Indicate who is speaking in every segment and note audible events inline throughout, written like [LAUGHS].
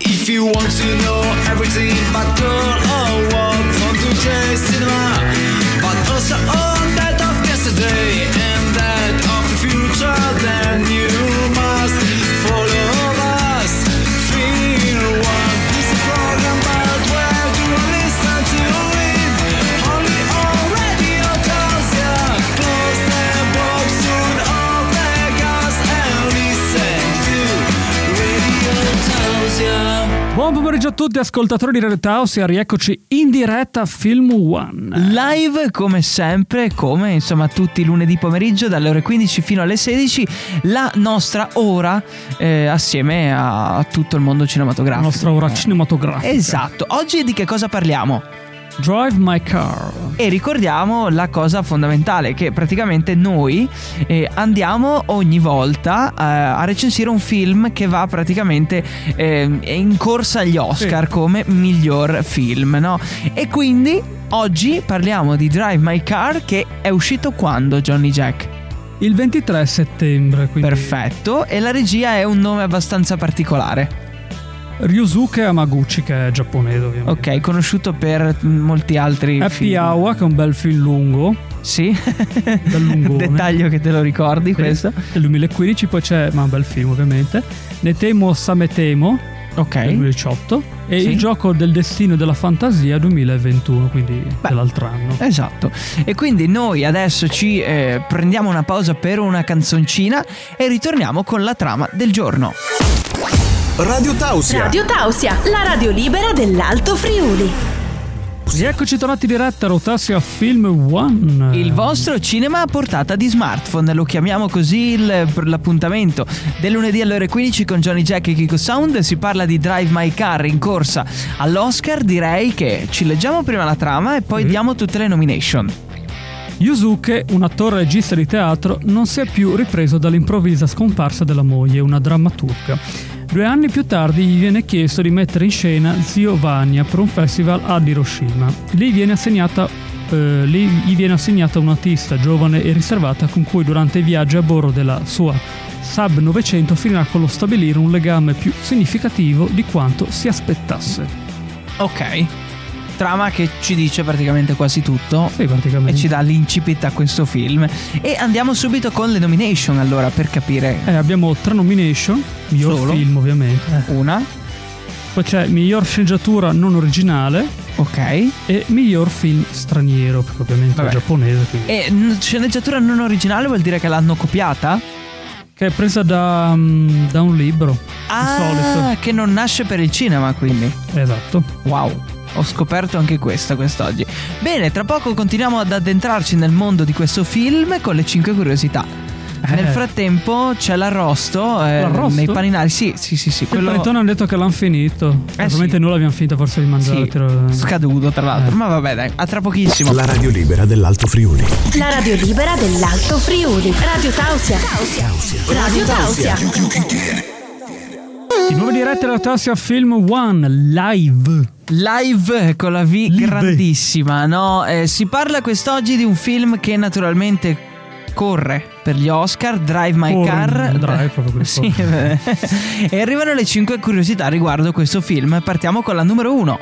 Speaker 1: If you want to know everything about girl or what from today's cinema, but also all that of yesterday and that of the future, then you must follow us. Feel one. This is a program about where to listen to it. Only on Radio Tausia. Close the box, turn off the gas, and listen to Radio Tausia.
Speaker 2: Buon pomeriggio a tutti, ascoltatori di Radio Tausia. Rieccoci in diretta a Film One.
Speaker 3: Live come sempre, come insomma tutti i lunedì pomeriggio dalle ore 15 fino alle 16, la nostra ora eh, assieme a, a tutto il mondo
Speaker 2: La
Speaker 3: cinematografico.
Speaker 2: nostra ora
Speaker 3: Eh,
Speaker 2: cinematografica.
Speaker 3: Esatto, oggi di che cosa parliamo?
Speaker 2: Drive My Car.
Speaker 3: E ricordiamo la cosa fondamentale, che praticamente noi eh, andiamo ogni volta eh, a recensire un film che va praticamente eh, in corsa agli Oscar come miglior film, no? E quindi oggi parliamo di Drive My Car che è uscito quando, Johnny Jack?
Speaker 2: Il 23 settembre, quindi.
Speaker 3: Perfetto, e la regia è un nome abbastanza particolare,
Speaker 2: Ryusuke Amaguchi, che è giapponese, ovviamente.
Speaker 3: ok? Conosciuto per mm, molti altri
Speaker 2: Happy
Speaker 3: film.
Speaker 2: Hour, che è un bel film lungo.
Speaker 3: Sì,
Speaker 2: Bel lungone.
Speaker 3: [LAUGHS] dettaglio che te lo ricordi
Speaker 2: Sì,
Speaker 3: questo.
Speaker 2: Del 2015, poi c'è. Ma un bel film, ovviamente. Netemo Sametemo.
Speaker 3: Ok.
Speaker 2: Del 2018 e
Speaker 3: Sì.
Speaker 2: il gioco del destino e della fantasia 2021, quindi dell'altro anno.
Speaker 3: Esatto. E quindi noi adesso ci eh, prendiamo una pausa per una canzoncina e ritorniamo con la trama del giorno.
Speaker 4: Radio Tausia.
Speaker 5: Radio Tausia, la radio libera dell'Alto Friuli.
Speaker 2: Rieccoci tornati in diretta a Rotassia Film One.
Speaker 3: Il vostro cinema a portata di smartphone, lo chiamiamo così il- per l'appuntamento del lunedì alle ore 15 con Johnny Jack e Kiko Sound. Si parla di Drive My Car in corsa all'Oscar. Direi che ci leggiamo prima la trama e poi diamo tutte le nomination.
Speaker 2: Yusuke, un attore regista di teatro, non si è più ripreso dall'improvvisa scomparsa della moglie, una drammaturga. Due anni più tardi gli viene chiesto di mettere in scena Zio Vania per un festival ad Hiroshima. Lì viene assegnata eh, lì gli viene assegnata un'artista giovane e riservata con cui durante i viaggi a bordo della sua Sub 900 finirà con lo stabilire un legame più significativo di quanto si aspettasse.
Speaker 3: Ok. Trama che ci dice praticamente quasi tutto.
Speaker 2: Sì, praticamente.
Speaker 3: E ci dà l'incipit a questo film. E andiamo subito con le nomination allora per capire.
Speaker 2: Eh, abbiamo tre nomination, miglior
Speaker 3: Solo?
Speaker 2: film ovviamente. eh.
Speaker 3: Una,
Speaker 2: Poi c'è miglior sceneggiatura non originale
Speaker 3: ok.
Speaker 2: e miglior film straniero, perché ovviamente
Speaker 3: Vabbè.
Speaker 2: è giapponese, quindi-
Speaker 3: E n- sceneggiatura non originale vuol dire che l'hanno copiata?
Speaker 2: che è presa da, mm, da un libro,
Speaker 3: Ah,
Speaker 2: di
Speaker 3: che non nasce per il cinema quindi.
Speaker 2: solito. Esatto.
Speaker 3: Wow. Ho scoperto anche questa quest'oggi. Bene, tra poco continuiamo ad addentrarci nel mondo di questo film con le 5 curiosità. Nel
Speaker 2: Eh.
Speaker 3: frattempo c'è l'arrosto, eh,
Speaker 2: L'arrosto?
Speaker 3: nei paninari. Sì, sì, sì,
Speaker 2: Quello...
Speaker 3: sì.
Speaker 2: Il
Speaker 3: quello- Eh,
Speaker 2: panettone hanno detto che l'hanno finito. Probabilmente
Speaker 3: sì.
Speaker 2: noi l'abbiamo finita forse di mangiare.
Speaker 3: Sì,
Speaker 2: tiro-
Speaker 3: scaduto tra l'altro.
Speaker 2: Eh.
Speaker 3: Ma vabbè, dai, a tra pochissimo.
Speaker 4: La radio libera dell'Alto Friuli.
Speaker 5: La radio libera dell'Alto Friuli. Radio Tausia. Radio Tausia.
Speaker 2: Di nuovo in diretta la Tassia Film One live.
Speaker 3: Live con la V
Speaker 2: Live.
Speaker 3: grandissima, no? Eh, si parla quest'oggi di un film che naturalmente corre per gli Oscar, Drive My
Speaker 2: Corre,
Speaker 3: Car.
Speaker 2: drive,
Speaker 3: [LAUGHS]
Speaker 2: proprio quel
Speaker 3: Sì, eh. e arrivano le 5 curiosità riguardo questo film. Partiamo con la numero 1.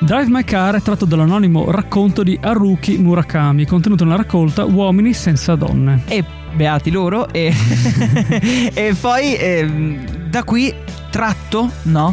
Speaker 2: Drive My Car è tratto dall'anonimo racconto di Haruki Murakami, contenuto nella raccolta Uomini senza donne.
Speaker 3: E beati loro. E, [LAUGHS] e poi ehm, da qui tratto, no?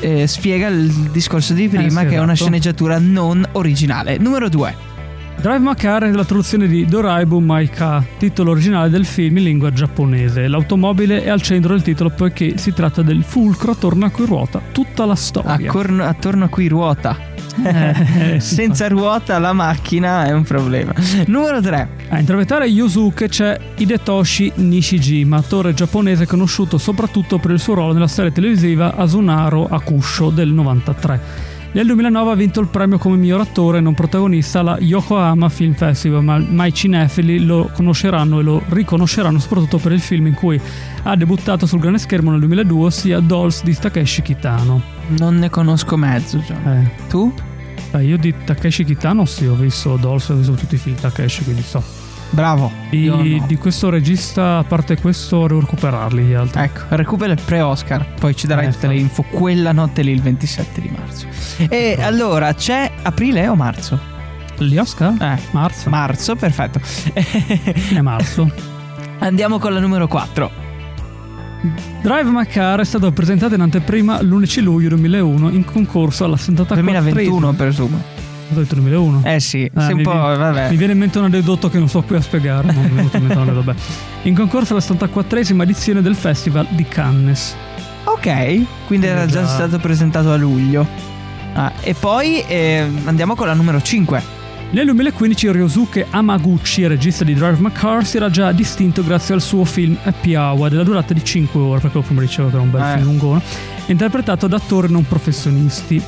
Speaker 3: Eh, spiega il discorso di prima
Speaker 2: sì,
Speaker 3: che è una
Speaker 2: esatto.
Speaker 3: sceneggiatura non originale. Numero 2.
Speaker 2: Drive My Car è la traduzione di Doraibu Maika, titolo originale del film in lingua giapponese. L'automobile è al centro del titolo poiché si tratta del fulcro attorno a cui ruota tutta la storia.
Speaker 3: Accorno- attorno a cui ruota.
Speaker 2: [LAUGHS] Eh, sì.
Speaker 3: Senza ruota la macchina è un problema. Numero 3.
Speaker 2: A interpretare Yusuke c'è Hidetoshi Nishijima, attore giapponese conosciuto soprattutto per il suo ruolo nella serie televisiva Asunaro Akusho del 93. Nel 2009 ha vinto il premio come miglior attore non protagonista alla Yokohama Film Festival, ma, ma i cinefili lo conosceranno e lo riconosceranno soprattutto per il film in cui ha debuttato sul grande schermo nel 2002, ossia Dolls di Takeshi Kitano.
Speaker 3: Non ne conosco mezzo. John.
Speaker 2: Eh,
Speaker 3: Tu?
Speaker 2: beh, io di Takeshi Kitano sì, ho visto Dolls, ho visto tutti i film di Takeshi, quindi so.
Speaker 3: Bravo.
Speaker 2: Di,
Speaker 3: Io no.
Speaker 2: di questo regista, a parte questo, devo recuperarli gli altri.
Speaker 3: Ecco, recupera il pre-Oscar, poi ci darai
Speaker 2: Eh,
Speaker 3: tutte le info quella notte lì il 27 di marzo. E allora c'è aprile o marzo?
Speaker 2: Gli Oscar?
Speaker 3: Eh,
Speaker 2: Marzo.
Speaker 3: marzo, perfetto.
Speaker 2: Fine marzo.
Speaker 3: [LAUGHS] Andiamo con la numero 4.
Speaker 2: Drive My Car è stato presentato in anteprima l'11 luglio 2001 in concorso alla 74
Speaker 3: 2021 presumo.
Speaker 2: Ho detto 2001.
Speaker 3: Eh sì,
Speaker 2: Ah,
Speaker 3: sei un
Speaker 2: mi
Speaker 3: po'...
Speaker 2: viene-
Speaker 3: vabbè.
Speaker 2: Mi viene in mente un aneddoto che non so qui a spiegare. Non mi è venuto in mente un aneddoto, vabbè. In concorso alla 74esima edizione del Festival di Cannes.
Speaker 3: Ok, quindi era già
Speaker 2: Già.
Speaker 3: stato presentato a luglio. Ah, e poi eh, andiamo con la numero 5.
Speaker 2: Nel 2015 Ryosuke Amaguchi, regista di Drive My Car, si era già distinto grazie al suo film Happy Hour, della durata di 5 ore, perché prima dicevo che era un bel
Speaker 3: Eh.
Speaker 2: film lungone, interpretato da attori non professionisti.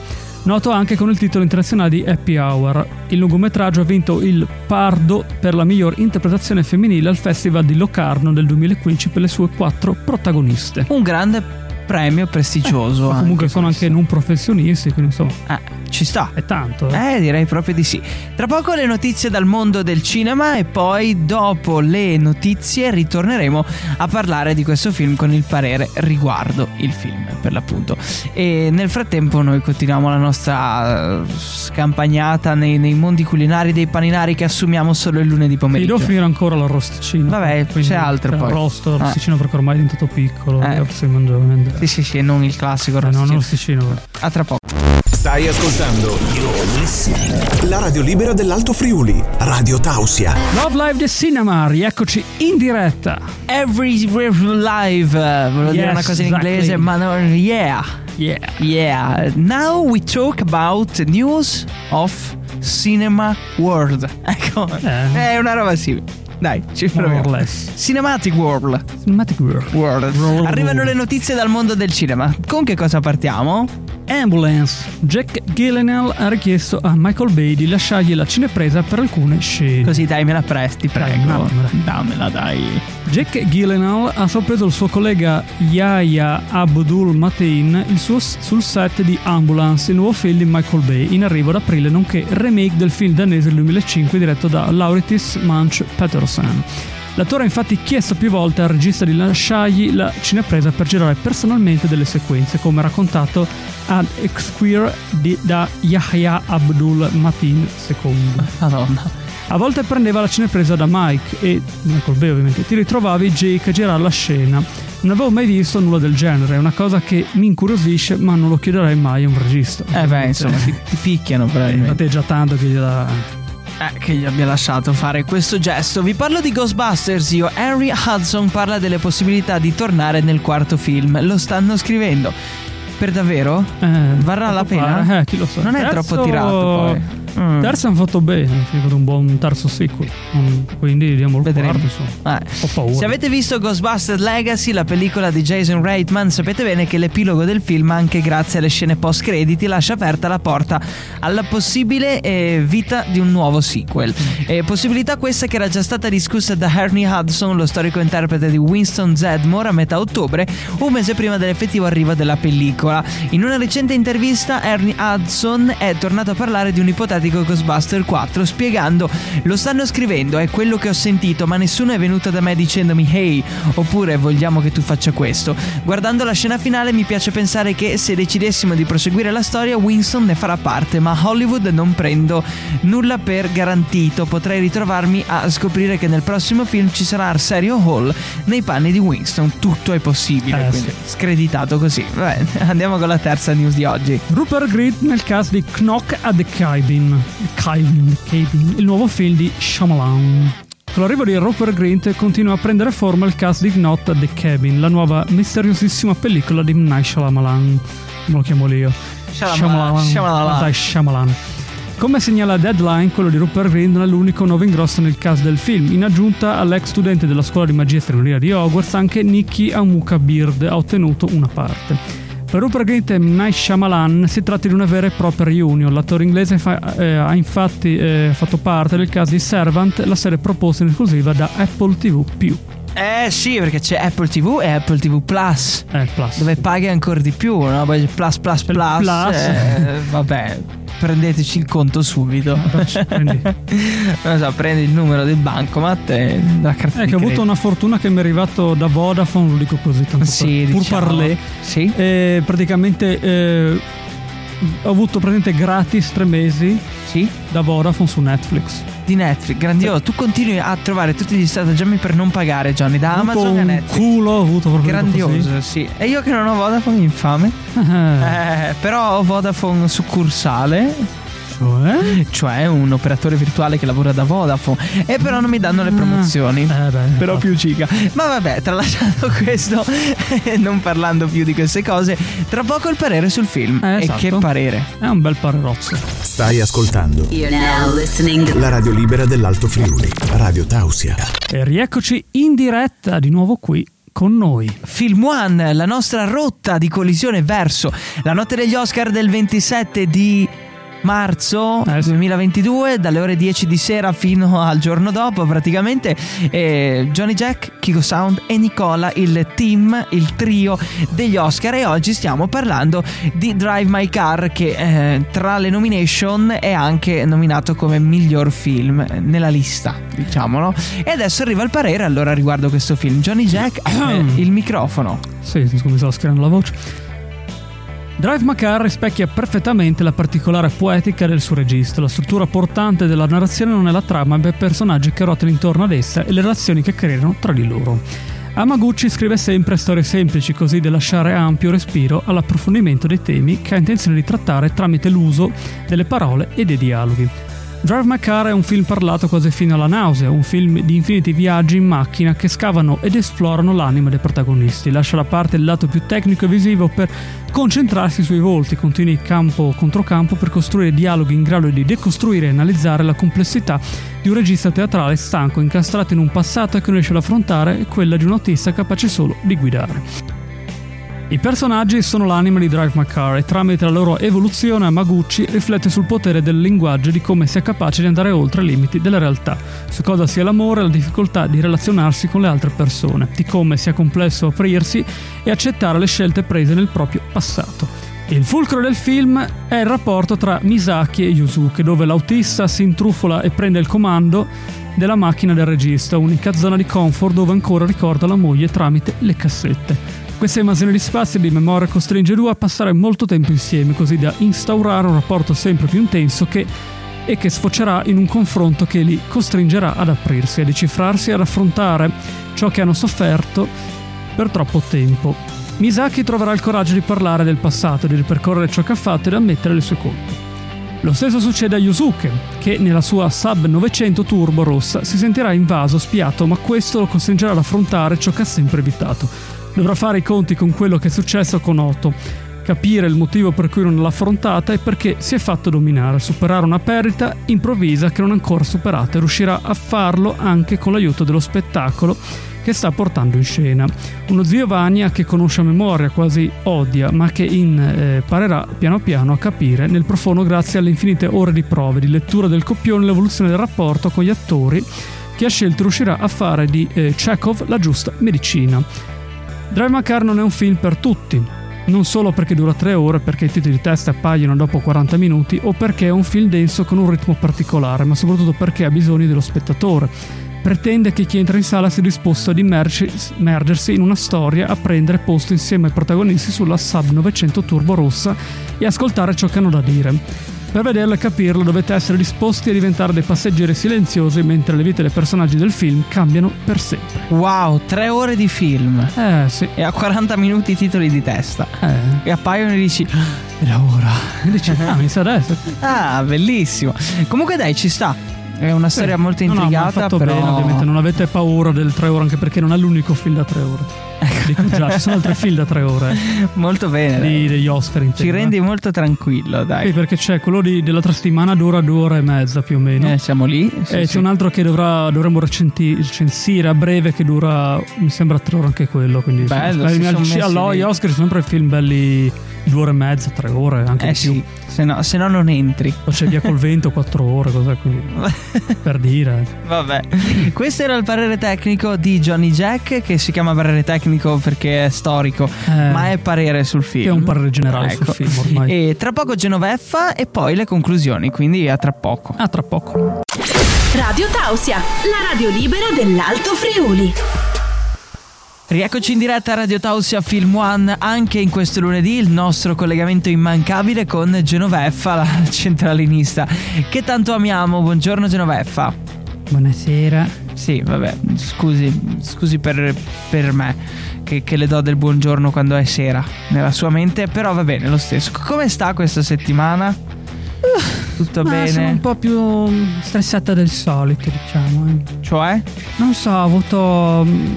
Speaker 2: Noto anche con il titolo internazionale di Happy Hour. Il lungometraggio ha vinto il Pardo per la miglior interpretazione femminile al Festival di Locarno del 2015 per le sue quattro protagoniste.
Speaker 3: Un grande premio prestigioso.
Speaker 2: Ma Eh, comunque sono anche non professionisti, quindi insomma,
Speaker 3: anche... ci sta.
Speaker 2: è tanto. eh.
Speaker 3: Eh, direi proprio di sì. Tra poco le notizie dal mondo del cinema e poi dopo le notizie ritorneremo a parlare di questo film con il parere riguardo il film, per l'appunto. E nel frattempo noi continuiamo la nostra eh, scampagnata nei, nei mondi culinari dei paninari che assumiamo solo il lunedì
Speaker 2: Sì,
Speaker 3: pomeriggio.
Speaker 2: devo finire ancora l'arrosticino.
Speaker 3: Vabbè, c'è altro
Speaker 2: cioè,
Speaker 3: poi.
Speaker 2: Arrosto,
Speaker 3: Ah.
Speaker 2: l'arrosticino perché ormai è diventato piccolo.
Speaker 3: Eh.
Speaker 2: Eh. Forse mangiare. niente.
Speaker 3: Sì, sì, sì, non il classico
Speaker 2: Eh, no, non
Speaker 3: arrosticino.
Speaker 2: l'arrosticino.
Speaker 3: A tra poco.
Speaker 4: Stai ascoltando la radio libera dell'Alto Friuli, Radio Tausia.
Speaker 2: Love Live the Cinema, rieccoci in diretta.
Speaker 3: Every live, eh, volevo dire
Speaker 2: Yes,
Speaker 3: una cosa in
Speaker 2: exactly.
Speaker 3: inglese, ma non... Yeah.
Speaker 2: Yeah.
Speaker 3: Yeah, now we talk about news of cinema world. [LAUGHS] Ecco,
Speaker 2: Eh.
Speaker 3: è una roba simile. Dai, ci
Speaker 2: More or
Speaker 3: proviamo.
Speaker 2: less.
Speaker 3: Cinematic World.
Speaker 2: Cinematic World.
Speaker 3: World.
Speaker 2: World.
Speaker 3: Arrivano le notizie dal mondo del cinema. Con che cosa partiamo?
Speaker 2: Ambulance. Jack Gyllenhaal ha richiesto a Michael Bay di lasciargli la cinepresa per alcune scene.
Speaker 3: Così dai, me la presti,
Speaker 2: Dai,
Speaker 3: prego.
Speaker 2: dammela.
Speaker 3: Dammela, dai.
Speaker 2: Jack Gyllenhaal ha sorpreso il suo collega Yahya Abdul Mateen il suo- sul set di Ambulance, il nuovo film di Michael Bay, in arrivo ad aprile, nonché remake del film danese del 2005 diretto da Lauritis Munch Patterson. L'attore ha infatti chiesto più volte al regista di lasciargli la cinepresa per girare personalmente delle sequenze, come raccontato ad Exqueer di- da Yahya Abdul Mateen II.
Speaker 3: Madonna.
Speaker 2: A volte prendeva la cinepresa da Mike e, Michael Bay ovviamente, ti ritrovavi Jake a girare la scena. Non avevo mai visto nulla del genere, è una cosa che mi incuriosisce ma non lo chiederei mai a un regista. Eh,
Speaker 3: Eh beh, insomma, ti, ti picchiano
Speaker 2: A
Speaker 3: probabilmente.
Speaker 2: te è già tanto che gliela...
Speaker 3: Eh, che gli abbia lasciato fare questo gesto. Vi parlo di Ghostbusters, io Henry Hudson parla delle possibilità di tornare nel quarto film. Lo stanno scrivendo. Per davvero?
Speaker 2: Eh,
Speaker 3: Varrà la
Speaker 2: quanto
Speaker 3: pena?
Speaker 2: pare, eh, chi lo sa.
Speaker 3: Non è
Speaker 2: Terzo-
Speaker 3: troppo tirato poi. Mm.
Speaker 2: Terzo hanno fatto bene, hanno fatto un buon terzo sequel. Mm, Quindi diamo il
Speaker 3: Vedremo.
Speaker 2: quarto, insomma.
Speaker 3: Eh.
Speaker 2: Ho paura.
Speaker 3: Se avete visto Ghostbusters Legacy, la pellicola di Jason Reitman, sapete bene che l'epilogo del film, anche grazie alle scene post-crediti, lascia aperta la porta alla possibile eh, vita di un nuovo sequel. Eh, possibilità questa che era già stata discussa da Ernie Hudson, lo storico interprete di Winston Zedmore, a metà ottobre, un mese prima dell'effettivo arrivo della pellicola. In una recente intervista, Ernie Hudson è tornato a parlare di un ipotetico Ghostbuster 4, spiegando: Lo stanno scrivendo, è quello che ho sentito, ma nessuno è venuto da me dicendomi hey, oppure vogliamo che tu faccia questo. Guardando la scena finale, mi piace pensare che se decidessimo di proseguire la storia, Winston ne farà parte, ma a Hollywood non prendo nulla per garantito. Potrei ritrovarmi a scoprire che nel prossimo film ci sarà Arserio Hall nei panni di Winston. Tutto è possibile,
Speaker 2: Eh,
Speaker 3: quindi
Speaker 2: sì.
Speaker 3: screditato così. Vabbè, [LAUGHS] andiamo con la terza news di oggi.
Speaker 2: Rupert Grint nel cast di Knock at the Cabin, Cabin, Cabin, il nuovo film di Shyamalan. Con l'arrivo di Rupert Grint continua a prendere forma il cast di Knock at the Cabin, la nuova misteriosissima pellicola di M. Night Shyamalan. Come lo chiamo io?
Speaker 3: Shyamalan.
Speaker 2: Ah, Dai, Shyamalan. Come segnala Deadline, quello di Rupert Grint non è l'unico nuovo ingrosso nel cast del film. In aggiunta all'ex studente della scuola di magia straniera di Hogwarts, anche Nicky Amuka Beard ha ottenuto una parte. Per Rupert Grint e M. Night Shyamalan si tratta di una vera e propria reunion. L'attore inglese fa- eh, ha infatti eh, fatto parte del cast di Servant, la serie proposta in esclusiva da Apple TV+.
Speaker 3: Eh sì, perché c'è Apple TV e Apple TV Plus.
Speaker 2: Eh, plus.
Speaker 3: Dove paghi ancora di più, no? Poi Plus, plus, plus.
Speaker 2: Plus.
Speaker 3: eh, vabbè, prendeteci il conto
Speaker 2: [LAUGHS]
Speaker 3: subito. [LAUGHS]
Speaker 2: Prendi.
Speaker 3: non so, prendi il numero del bancomat e la carta
Speaker 2: Eh,
Speaker 3: di
Speaker 2: che ho avuto
Speaker 3: credito.
Speaker 2: una fortuna che mi è arrivato da Vodafone, lo dico così, tanto
Speaker 3: Sì,
Speaker 2: per, pur
Speaker 3: diciamo.
Speaker 2: parlé.
Speaker 3: Sì.
Speaker 2: Eh, praticamente eh, ho avuto praticamente gratis tre mesi
Speaker 3: Sì.
Speaker 2: da Vodafone su Netflix.
Speaker 3: Di Netflix, grandioso. Tu continui a trovare tutti gli stratagemmi per non pagare, Johnny, da
Speaker 2: Ho avuto
Speaker 3: Amazon a
Speaker 2: un
Speaker 3: Netflix.
Speaker 2: culo, ho avuto proprio detto
Speaker 3: Grandioso, sì. E io che non ho Vodafone, infame.
Speaker 2: così. [LAUGHS] Eh,
Speaker 3: Eh, però ho Vodafone succursale,
Speaker 2: cioè?
Speaker 3: cioè un operatore virtuale che lavora da Vodafone. E però non mi danno le promozioni.
Speaker 2: Eh, beh,
Speaker 3: [LAUGHS] Però
Speaker 2: infatti.
Speaker 3: più giga. Ma vabbè, tralasciando [LAUGHS] questo, non parlando più di queste cose, tra poco il parere sul film.
Speaker 2: Eh,
Speaker 3: E
Speaker 2: esatto.
Speaker 3: che parere.
Speaker 2: È un bel parerozzo.
Speaker 4: Stai ascoltando
Speaker 6: You're now listening.
Speaker 4: la radio libera dell'Alto Friuli, Radio Tausia.
Speaker 2: E rieccoci in diretta di nuovo qui con noi.
Speaker 3: Film One, la nostra rotta di collisione verso la notte degli Oscar del 27 di marzo
Speaker 2: Eh, sì.
Speaker 3: 2022, dalle ore 10 di sera fino al giorno dopo praticamente, eh, Johnny Jack, Kiko Sound e Nicola, il team, il trio degli Oscar e oggi stiamo parlando di Drive My Car che eh, tra le nomination è anche nominato come miglior film eh, nella lista, diciamolo. E adesso arriva il parere allora riguardo questo film. Johnny Jack, eh, il microfono.
Speaker 2: Sì, sì, scusa, stavo schierando la voce. Drive Macar rispecchia perfettamente la particolare poetica del suo regista. La struttura portante della narrazione non è la trama, ma i personaggi che ruotano intorno ad essa e le relazioni che creano tra di loro. Amaguchi scrive sempre storie semplici, così da lasciare ampio respiro all'approfondimento dei temi che ha intenzione di trattare tramite l'uso delle parole e dei dialoghi. Drive My Car è un film parlato quasi fino alla nausea, un film di infiniti viaggi in macchina che scavano ed esplorano l'anima dei protagonisti, lascia da parte il lato più tecnico e visivo per concentrarsi sui volti, continui campo contro campo per costruire dialoghi in grado di decostruire e analizzare la complessità di un regista teatrale stanco, incastrato in un passato che non riesce ad affrontare e quella di un autista capace solo di guidare. I personaggi sono l'anima di Drive My Car e tramite la loro evoluzione Amaguchi riflette sul potere del linguaggio e di come sia capace di andare oltre i limiti della realtà, su cosa sia l'amore e la difficoltà di relazionarsi con le altre persone, di come sia complesso aprirsi e accettare le scelte prese nel proprio passato. Il fulcro del film è il rapporto tra Misaki e Yusuke, dove l'autista si intrufola e prende il comando della macchina del regista, unica zona di comfort dove ancora ricorda la moglie tramite le cassette. Questa invasione di spazi e di memoria costringe i due a passare molto tempo insieme, così da instaurare un rapporto sempre più intenso che e che sfocerà in un confronto che li costringerà ad aprirsi, a decifrarsi e ad affrontare ciò che hanno sofferto per troppo tempo. Misaki troverà il coraggio di parlare del passato, di ripercorrere ciò che ha fatto e di ammettere le sue colpe. Lo stesso succede a Yusuke, che nella sua Sub 900 Turbo rossa si sentirà invaso, spiato, ma questo lo costringerà ad affrontare ciò che ha sempre evitato. Dovrà fare i conti con quello che è successo con Otto, capire il motivo per cui non l'ha affrontata e perché si è fatto dominare, superare una perdita improvvisa che non ha ancora superata e riuscirà a farlo anche con l'aiuto dello spettacolo che sta portando in scena. Uno zio Vania che conosce a memoria, quasi odia, ma che imparerà piano piano a capire nel profondo grazie alle infinite ore di prove, di lettura del copione e l'evoluzione del rapporto con gli attori che ha scelto riuscirà a fare di eh, Chekhov la giusta medicina. Drive My Car non è un film per tutti, non solo perché dura tre ore, perché i titoli di testa appaiono dopo 40 minuti o perché è un film denso con un ritmo particolare, ma soprattutto perché ha bisogno dello spettatore. Pretende che chi entra in sala sia disposto ad immerci- immergersi in una storia, a prendere posto insieme ai protagonisti sulla Sub 900 Turbo Rossa e ascoltare ciò che hanno da dire. Per vederlo e capirlo dovete essere disposti a diventare dei passeggeri silenziosi mentre le vite dei personaggi del film cambiano per sempre.
Speaker 3: Wow, tre ore di film.
Speaker 2: Eh sì,
Speaker 3: E a 40 minuti i titoli di testa.
Speaker 2: eh.
Speaker 3: E appaiono e dici... Era ora.
Speaker 2: [LAUGHS] Dici, ah, mi sa adesso.
Speaker 3: Ah, bellissimo. Comunque dai, ci sta. È una storia molto
Speaker 2: No, no, ma ha
Speaker 3: intrigata,
Speaker 2: fatto
Speaker 3: però...
Speaker 2: bene, ovviamente non avete paura del 3 ore, anche perché non è l'unico film da 3 ore.
Speaker 3: Ecco.
Speaker 2: Dico già, ci sono altri film da 3 ore
Speaker 3: [LAUGHS]
Speaker 2: eh,
Speaker 3: Molto bene. dai.
Speaker 2: di- degli Oscar in
Speaker 3: Ci rendi molto tranquillo, dai.
Speaker 2: Sì, perché c'è quello di- dell'altra settimana dura due ore e mezza più o meno.
Speaker 3: Eh, siamo lì. sì,
Speaker 2: e c'è
Speaker 3: sì.
Speaker 2: un altro che dovrà- dovremmo recenti- recensire a breve che dura, mi sembra, tre ore anche quello. Quindi
Speaker 3: Bello,
Speaker 2: insomma,
Speaker 3: si
Speaker 2: al-
Speaker 3: son messi
Speaker 2: all'Oi
Speaker 3: dei-
Speaker 2: Oscar sono sempre film belli due ore e mezza, tre ore, anche
Speaker 3: Eh
Speaker 2: di
Speaker 3: sì,
Speaker 2: più.
Speaker 3: se no, se no non entri. [LAUGHS]
Speaker 2: Poi c'è via col vento quattro ore, cos'è quindi per dire.
Speaker 3: Vabbè, questo era il parere tecnico di Johnny Jack, che si chiama parere tecnico perché è storico,
Speaker 2: Eh,
Speaker 3: ma è parere sul film.
Speaker 2: Che è un parere generale
Speaker 3: Ecco.
Speaker 2: sul film [LAUGHS] ormai.
Speaker 3: E tra poco Genoveffa e poi le conclusioni, quindi a tra poco.
Speaker 2: Ah, tra poco.
Speaker 5: Radio Tausia, la radio libera dell'Alto Friuli.
Speaker 3: Rieccoci in diretta a Radio Tausia Film One, anche in questo lunedì il nostro collegamento immancabile con Genoveffa, la [LAUGHS] centralinista, che tanto amiamo. Buongiorno Genoveffa.
Speaker 2: Buonasera.
Speaker 3: Sì, vabbè, scusi, scusi per, per me che, che le do del buongiorno quando è sera nella sua mente, però va bene lo stesso. C- Come sta questa settimana? Tutto bene?
Speaker 2: po' più stressata del solito, diciamo.
Speaker 3: Cioè?
Speaker 2: Non so, ho avuto mm,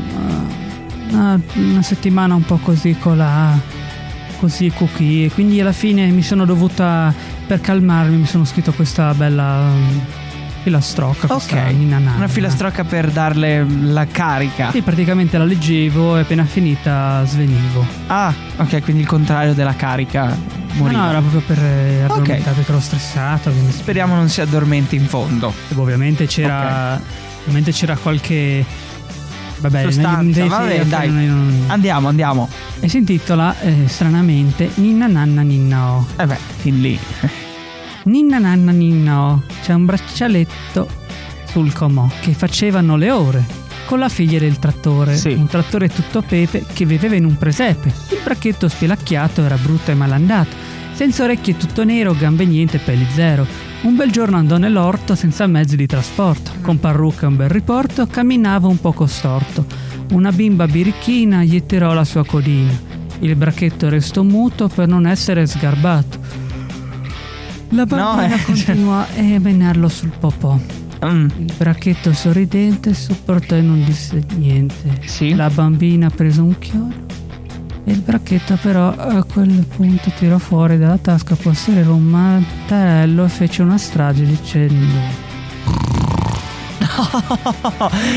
Speaker 2: una, una settimana un po' così colà, così cookie, e quindi alla fine mi sono dovuta, per calmarmi, mi sono scritto questa bella mm, filastrocca, questa
Speaker 3: Ok,
Speaker 2: ninanana.
Speaker 3: una filastrocca per darle la carica.
Speaker 2: Sì, praticamente la leggevo e appena finita svenivo.
Speaker 3: Ah, ok, quindi il contrario della carica.
Speaker 2: Ma
Speaker 3: Moriva.
Speaker 2: no, era proprio per eh,
Speaker 3: Ok.
Speaker 2: addormentarmi, che ero stressato. quindi-
Speaker 3: Speriamo non si addormenti in fondo.
Speaker 2: Boh, Ovviamente c'era, ovviamente c'era qualche... Vabbè,
Speaker 3: Sostanza,
Speaker 2: sì,
Speaker 3: vabbè,
Speaker 2: ok,
Speaker 3: dai.
Speaker 2: non-
Speaker 3: Andiamo, andiamo.
Speaker 2: E si intitola eh, stranamente Ninna Nanna Ninna O.
Speaker 3: Eh beh, fin lì.
Speaker 2: Ninna Nanna Ninna O. C'è un braccialetto sul comò che facevano le ore. Con la figlia del trattore,
Speaker 3: Sì.
Speaker 2: un trattore tutto pepe che viveva in un presepe. Il bracchetto spelacchiato era brutto e malandato, senza orecchie tutto nero, gambe niente, peli zero. Un bel giorno andò nell'orto senza mezzi di trasporto, con parrucca e un bel riporto, camminava un poco storto. Una bimba birichina gli tirò la sua codina. Il bracchetto restò muto per non essere sgarbato. La bambina
Speaker 3: eh. [LAUGHS]
Speaker 2: continuò a menarlo sul popò.
Speaker 3: Mm,
Speaker 2: Il bracchetto sorridente supportò e non disse niente.
Speaker 3: Sì. [LAUGHS]
Speaker 2: La bambina prese un chiodo e il bracchetto però a quel punto tirò fuori dalla tasca posteriore un mattarello e fece una strage dicendo...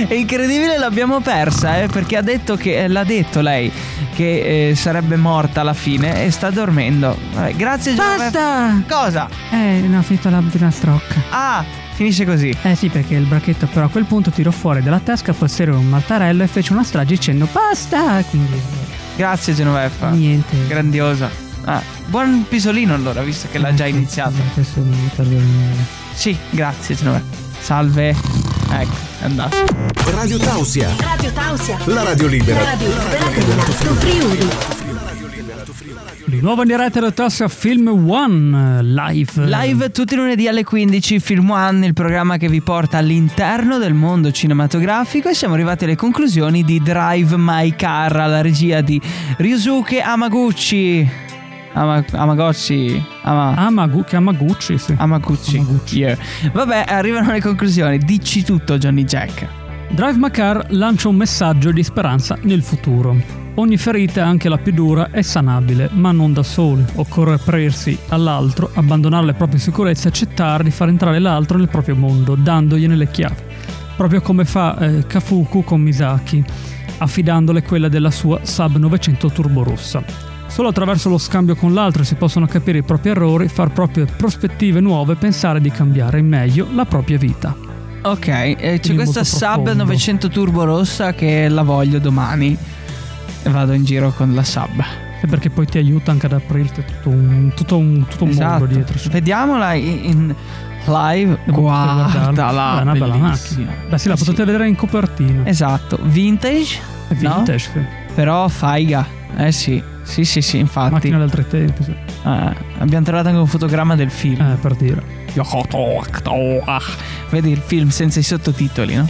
Speaker 3: È incredibile, l'abbiamo persa, eh, perché ha detto che eh, l'ha detto lei che eh, sarebbe morta alla fine e sta dormendo. Vabbè, grazie Giovanni.
Speaker 2: Basta!
Speaker 3: Cosa?
Speaker 2: Eh, no, ho finito la filastrocca.
Speaker 3: Ah, finisce così.
Speaker 2: Eh sì, perché il bracchetto però a quel punto tirò fuori dalla tasca posteriore un mattarello e fece una strage dicendo basta! E Quindi
Speaker 3: Grazie Genoveffa.
Speaker 2: niente.
Speaker 3: Grandiosa. Ah, buon pisolino allora, visto che l'ha già
Speaker 2: Eh, sì,
Speaker 3: iniziato.
Speaker 2: sì, Adesso mi metto a dormire.
Speaker 3: Sì, grazie Genoveffa. Salve. Ecco, è andato.
Speaker 2: Mm.
Speaker 4: Radio Tausia,
Speaker 5: Radio Tausia,
Speaker 4: la radio
Speaker 5: la
Speaker 4: libera.
Speaker 5: radio libera dell'Alto Friuli.
Speaker 2: Di nuovo in diretta da Tosca Film One eh, live.
Speaker 3: Live tutti i lunedì alle 15, Film One, il programma che vi porta all'interno del mondo cinematografico e siamo arrivati alle conclusioni di Drive My Car, alla regia di Ryusuke Amaguchi. Ama- Amaguchi. Ama-
Speaker 2: Amagu- che Amaguchi, sì.
Speaker 3: Amaguchi.
Speaker 2: Amaguchi.
Speaker 3: Yeah. Vabbè, arrivano le conclusioni. Dici tutto, Johnny Jack.
Speaker 2: Drive Macar lancia un messaggio di speranza nel futuro. Ogni ferita, anche la più dura, è sanabile, ma non da soli. Occorre aprirsi all'altro, abbandonare le proprie sicurezze e accettare di far entrare l'altro nel proprio mondo, dandogliene le chiavi. Proprio come fa eh, Kafuku con Misaki, affidandole quella della sua Sub 900 turborossa. Solo attraverso lo scambio con l'altro si possono capire i propri errori, far proprie prospettive nuove e pensare di cambiare in meglio la propria vita.
Speaker 3: Ok, eh, c'è
Speaker 2: Quindi
Speaker 3: questa
Speaker 2: molto
Speaker 3: Sub
Speaker 2: profondo.
Speaker 3: 900 Turbo Rossa che la voglio domani. E Vado in giro con la Sub.
Speaker 2: E perché poi ti aiuta anche ad aprirti tutto un, tutto un, tutto un
Speaker 3: Esatto.
Speaker 2: mondo dietro. Cioè,
Speaker 3: Vediamola in, in live.
Speaker 2: potete guardarla.
Speaker 3: Guardala.
Speaker 2: Ah, È una bella
Speaker 3: bellissima.
Speaker 2: macchina. Beh, sì, la
Speaker 3: Eh sì.
Speaker 2: potete vedere in copertina.
Speaker 3: Esatto, vintage,
Speaker 2: È vintage, sì.
Speaker 3: però faiga. Eh sì, sì, sì, sì, infatti.
Speaker 2: Macchina d'altri tempi, sì.
Speaker 3: Eh, abbiamo trovato anche un fotogramma del film.
Speaker 2: Eh, per dire.
Speaker 3: ah. Vedi il film senza i sottotitoli, no?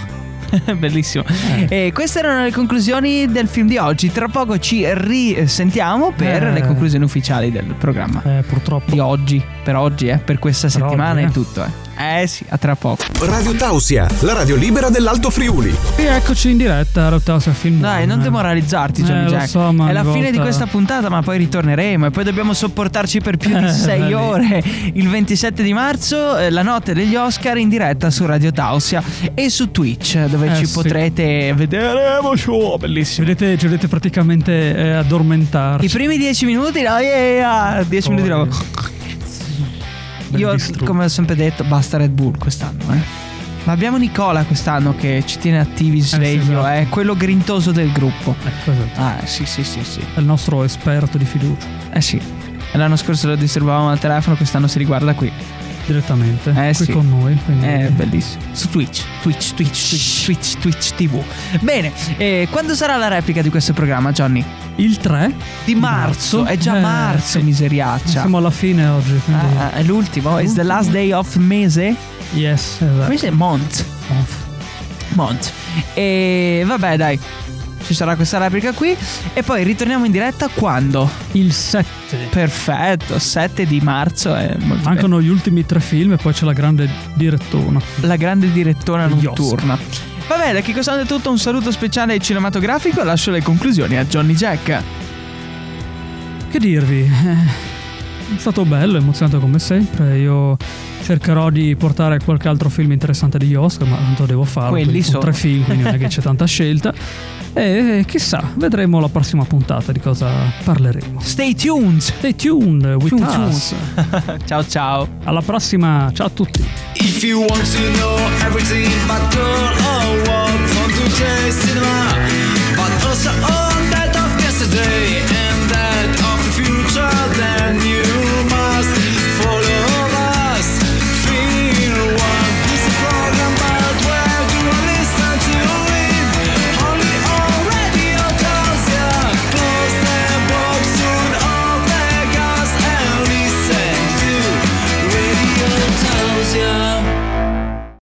Speaker 3: [LAUGHS] Bellissimo. E queste erano le conclusioni del film di oggi. Tra poco ci risentiamo per
Speaker 2: Eh.
Speaker 3: le conclusioni ufficiali del programma.
Speaker 2: Eh, purtroppo.
Speaker 3: Di oggi, per oggi, eh, per questa
Speaker 2: Per
Speaker 3: settimana
Speaker 2: oggi,
Speaker 3: è
Speaker 2: eh.
Speaker 3: tutto. Eh. Eh sì, a tra poco.
Speaker 4: Radio Tausia, la radio libera dell'Alto Friuli.
Speaker 2: E eccoci in diretta a Rottausa Film.
Speaker 3: Dai, non demoralizzarti, Johnny
Speaker 2: Eh, lo
Speaker 3: Jack.
Speaker 2: so, ma eh.
Speaker 3: È la
Speaker 2: ogni
Speaker 3: fine di
Speaker 2: volta-
Speaker 3: questa puntata, ma poi ritorneremo. E poi dobbiamo sopportarci per più
Speaker 2: [LAUGHS]
Speaker 3: di
Speaker 2: Eh,
Speaker 3: 6
Speaker 2: lì.
Speaker 3: ore il 27 di marzo, eh, la notte degli Oscar, in diretta su Radio Tausia e su Twitch, dove
Speaker 2: Eh,
Speaker 3: ci
Speaker 2: sì.
Speaker 3: potrete vedere. mo show,
Speaker 2: Ci
Speaker 3: Bellissimo.
Speaker 2: vedete, ci vedete praticamente eh, addormentarci.
Speaker 3: I primi 10 minuti, no, yeah, yeah, 10 minuti dopo.
Speaker 2: Ben
Speaker 3: Io,
Speaker 2: distrutto.
Speaker 3: come ho sempre detto, basta Red Bull quest'anno, eh. Ma abbiamo Nicola quest'anno che ci tiene attivi sveglio,
Speaker 2: esatto.
Speaker 3: è quello grintoso del gruppo.
Speaker 2: Ecco, esatto.
Speaker 3: Ah, sì, sì, sì, sì.
Speaker 2: È il nostro esperto di fiducia,
Speaker 3: Eh sì. L'anno scorso lo disturbavamo al telefono, quest'anno si riguarda qui.
Speaker 2: direttamente.
Speaker 3: Eh,
Speaker 2: qui
Speaker 3: sì. Eh,
Speaker 2: con noi. quindi-
Speaker 3: È bellissimo. Su Twitch, Twitch, Twitch, Twitch, Twitch, Twitch TV. Bene, eh, quando sarà la replica di questo programma, Johnny?
Speaker 2: Il 3.
Speaker 3: Di marzo, è già
Speaker 2: Eh,
Speaker 3: marzo,
Speaker 2: sì.
Speaker 3: miseriaccia.
Speaker 2: Siamo alla fine oggi. Quindi...
Speaker 3: Ah, ah, è l'ultimo, is the last day of mese.
Speaker 2: Eh. Yes, esatto.
Speaker 3: Mese month. Mont. E vabbè, dai. Ci sarà questa replica qui e poi ritorniamo in diretta quando?
Speaker 2: Il 7.
Speaker 3: Perfetto, 7 di marzo è molto bene.
Speaker 2: Mancano gli ultimi tre film e poi c'è la grande direttona.
Speaker 3: la grande direttona
Speaker 2: Gli
Speaker 3: notturna. Va bene, da Kiko Santo è tutto, un saluto speciale cinematografico, lascio le conclusioni a Johnny Jack.
Speaker 2: Che dirvi? Eh, È stato bello, emozionante come sempre. Io cercherò di portare qualche altro film interessante degli Oscar, ma tanto devo farlo.
Speaker 3: Quelli
Speaker 2: quindi sono
Speaker 3: sono.
Speaker 2: tre film, quindi non è che c'è
Speaker 3: [LAUGHS]
Speaker 2: tanta scelta. E chissà, vedremo la prossima puntata di cosa parleremo.
Speaker 3: Stay tuned!
Speaker 2: Stay tuned with
Speaker 3: Tuned,
Speaker 2: us.
Speaker 3: Ciao ciao!
Speaker 2: Alla prossima, ciao a tutti.
Speaker 1: If you want to know everything about girl or what, come to J Cinema. But also on that